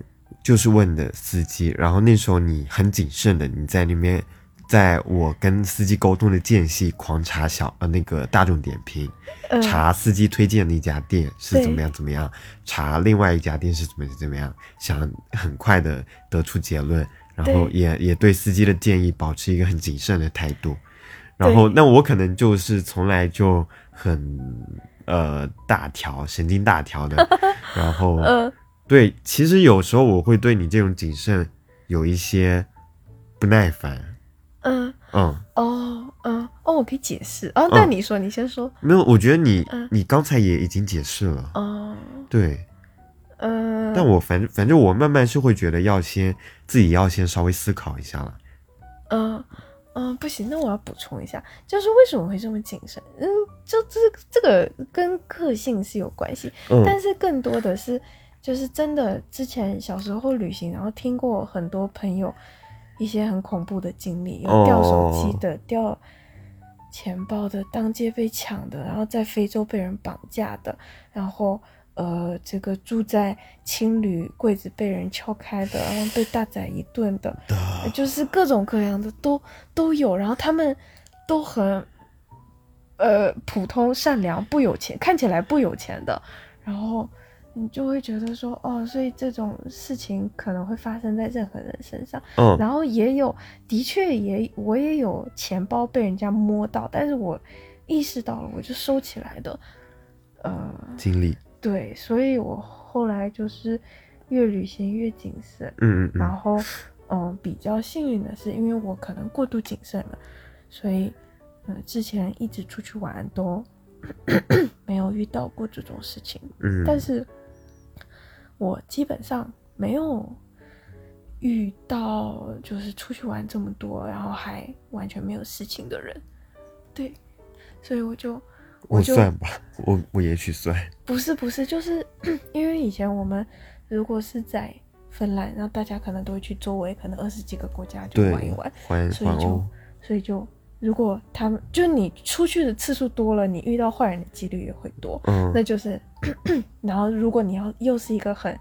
就是问的司机，然后那时候你很谨慎的，你在那边，在我跟司机沟通的间隙狂查小呃那个大众点评，嗯、查司机推荐的一家店是对怎么样怎么样，查另外一家店是怎么怎么样，想很快的得出结论，然后对也也对司机的建议保持一个很谨慎的态度。然后，对那我可能就是从来就很呃大条、神经大 条的，然后、呃，对，其实有时候我会对你这种谨慎有一些不耐烦，嗯，嗯。哦，嗯，哦，我可以解释哦。那嗯你说，你先说。没有，我觉得你、嗯你刚才也已经解释了，哦，对，嗯，但我反正反正我慢慢是会觉得要先自己要先稍微思考一下了。嗯嗯，不行，那我要补充一下，就是为什么会这么谨慎？嗯，就这这个跟个性是有关系，但嗯，是更多的是，就是真的之前小时候旅行，然后听过很多朋友一些很恐怖的经历，有掉手机的，掉钱包的，当街被抢的，然后在非洲被人绑架的，然后。呃，这个住在青旅柜子被人敲开的，然后被大宰一顿的，呃就是各种各样的都都有，然后他们都很呃普通、善良、不有钱，看起来不有钱的，然后你就会觉得说，哦，所以这种事情可能会发生在任何人身上。嗯，然后也有，的确也我也有钱包被人家摸到，但是我意识到了，我就收起来的。呃，经历，对，所以我后来就是越旅行越谨慎，嗯嗯然嗯，后，嗯，比较幸运的是，因为我可能过度谨慎了，所以，嗯、之前一直出去玩都 没有遇到过这种事情。嗯，但是，我基本上没有遇到就是出去玩这么多，然后还完全没有事情的人。对，所以我就我就算吧，我我也许算，不是不是，就是 因为以前我们如果是在芬兰，然后大家可能都会去周围可能二十几个国家就对，玩一玩，环所以环就欧，所以就如果他们就你出去的次数多了，你遇到坏人的几率也会多，那嗯，就是 然后如果你要又是一个很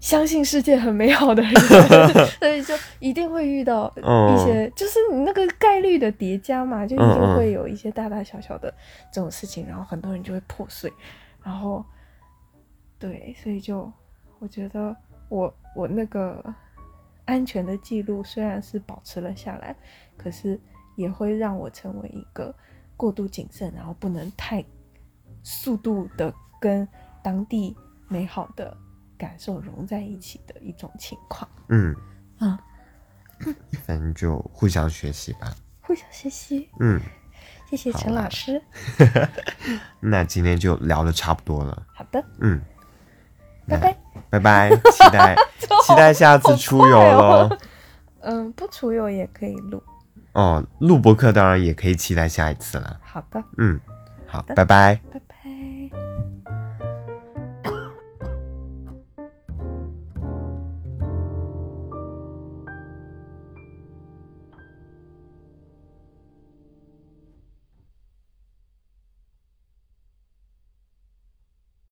相信世界很美好的人， 所以就一定会遇到哦一些，就是你那个概率的叠加嘛，就一嗯嗯定会有一些大大小小的这种事情，然后很多人就会破碎，然后对，所以就我觉得我我那个安全的记录虽然是保持了下来，可是也会让我成为一个过度谨慎，然后不能太速度的跟当地美好的感受融在一起的一种情况。嗯嗯，反正就互相学习吧。互相学习，嗯，谢谢陈老师。那今天就聊的差不多了。好的，嗯，拜拜。拜拜，期 待期待下次出游哦喽。嗯，不出游也可以录。哦，录播课当然也可以期待下一次了。好的，嗯，好，的拜拜。拜拜。